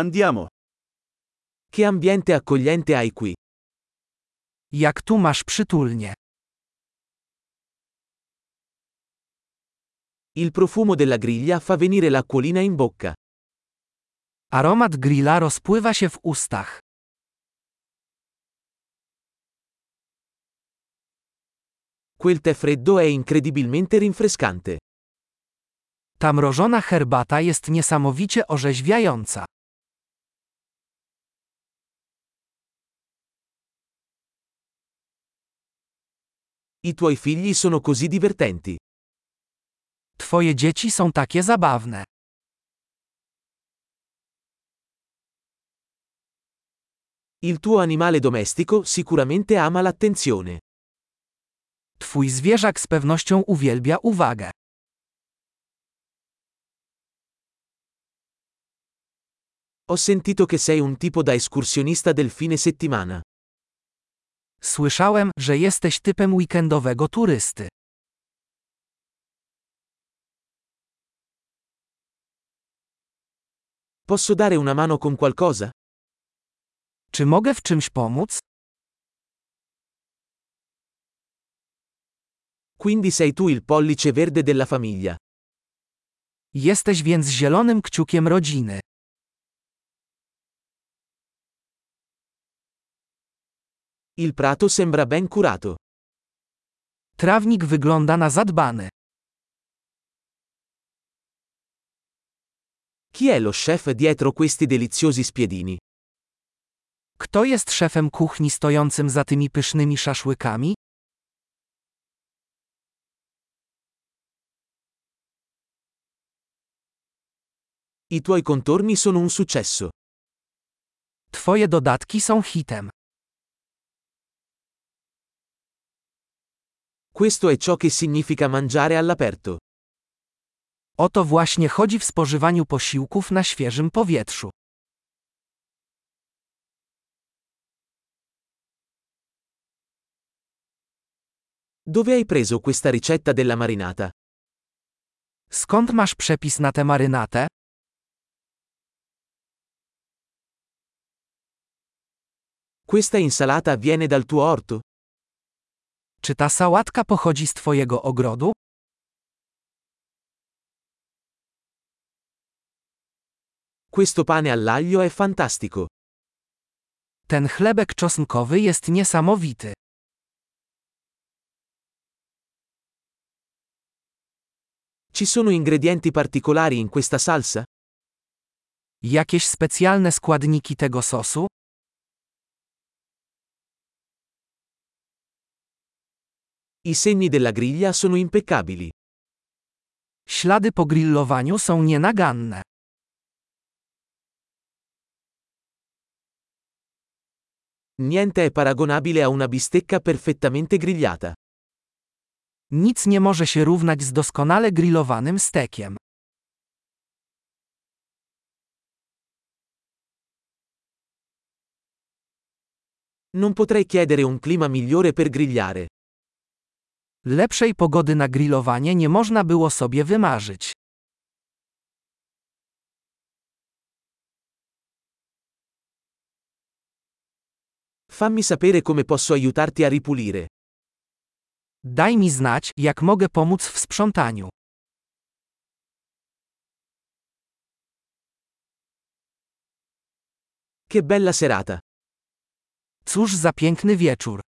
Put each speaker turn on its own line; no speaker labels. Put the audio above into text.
Andiamo. Che ambiente accogliente hai qui.
Jak tu masz przytulnie.
Il profumo della griglia fa venire l'acquolina in bocca.
Aromat grilla rozpływa się w ustach.
Quel tè freddo è incredibilmente rinfrescante.
Ta mrożona herbata jest niesamowicie orzeźwiająca.
I tuoi figli sono così divertenti.
Twoje dzieci są takie zabawne.
Il tuo animale domestico sicuramente ama l'attenzione.
Twój zwierzak z pewnością uwielbia uwagę.
Ho sentito che sei un tipo da escursionista del fine settimana.
Słyszałem, że jesteś typem weekendowego turysty.
Posso dare una mano con qualcosa?
Czy mogę w czymś pomóc?
Quindi sei tu il pollice verde della famiglia.
Jesteś więc zielonym kciukiem rodziny.
Il prato sembra ben curato.
Trawnik wygląda na zadbany.
Chi è lo chef dietro questi deliziosi spiedini?
Kto jest szefem kuchni stojącym za tymi pysznymi szaszłykami?
I tuoi contorni sono un successo.
Twoje dodatki są hitem.
Questo è ciò che significa mangiare all'aperto.
O to właśnie chodzi w spożywaniu posiłków na świeżym powietrzu.
Dove hai preso questa ricetta della marinata?
Skąd masz przepis na tę marynatę?
Questa insalata viene dal tuo orto?
Czy ta sałatka pochodzi z Twojego ogrodu?
Questo pane all'aglio è fantastico.
Ten chlebek czosnkowy jest niesamowity.
Ci sono ingredienti particolari in questa salsa?
Jakieś specjalne składniki tego sosu?
I segni della griglia sono impeccabili.
Ślady po grillowaniu są nienaganne.
Niente è paragonabile a una bistecca perfettamente grigliata.
Nic nie może się równać z doskonale grillowanym stekiem.
Non potrei chiedere un clima migliore per grigliare.
Lepszej pogody na grillowanie nie można było sobie wymarzyć.
Fammi sapere come posso aiutarti a ripulire.
Daj mi znać, jak mogę pomóc w sprzątaniu.
Che bella serata!
Cóż za piękny wieczór.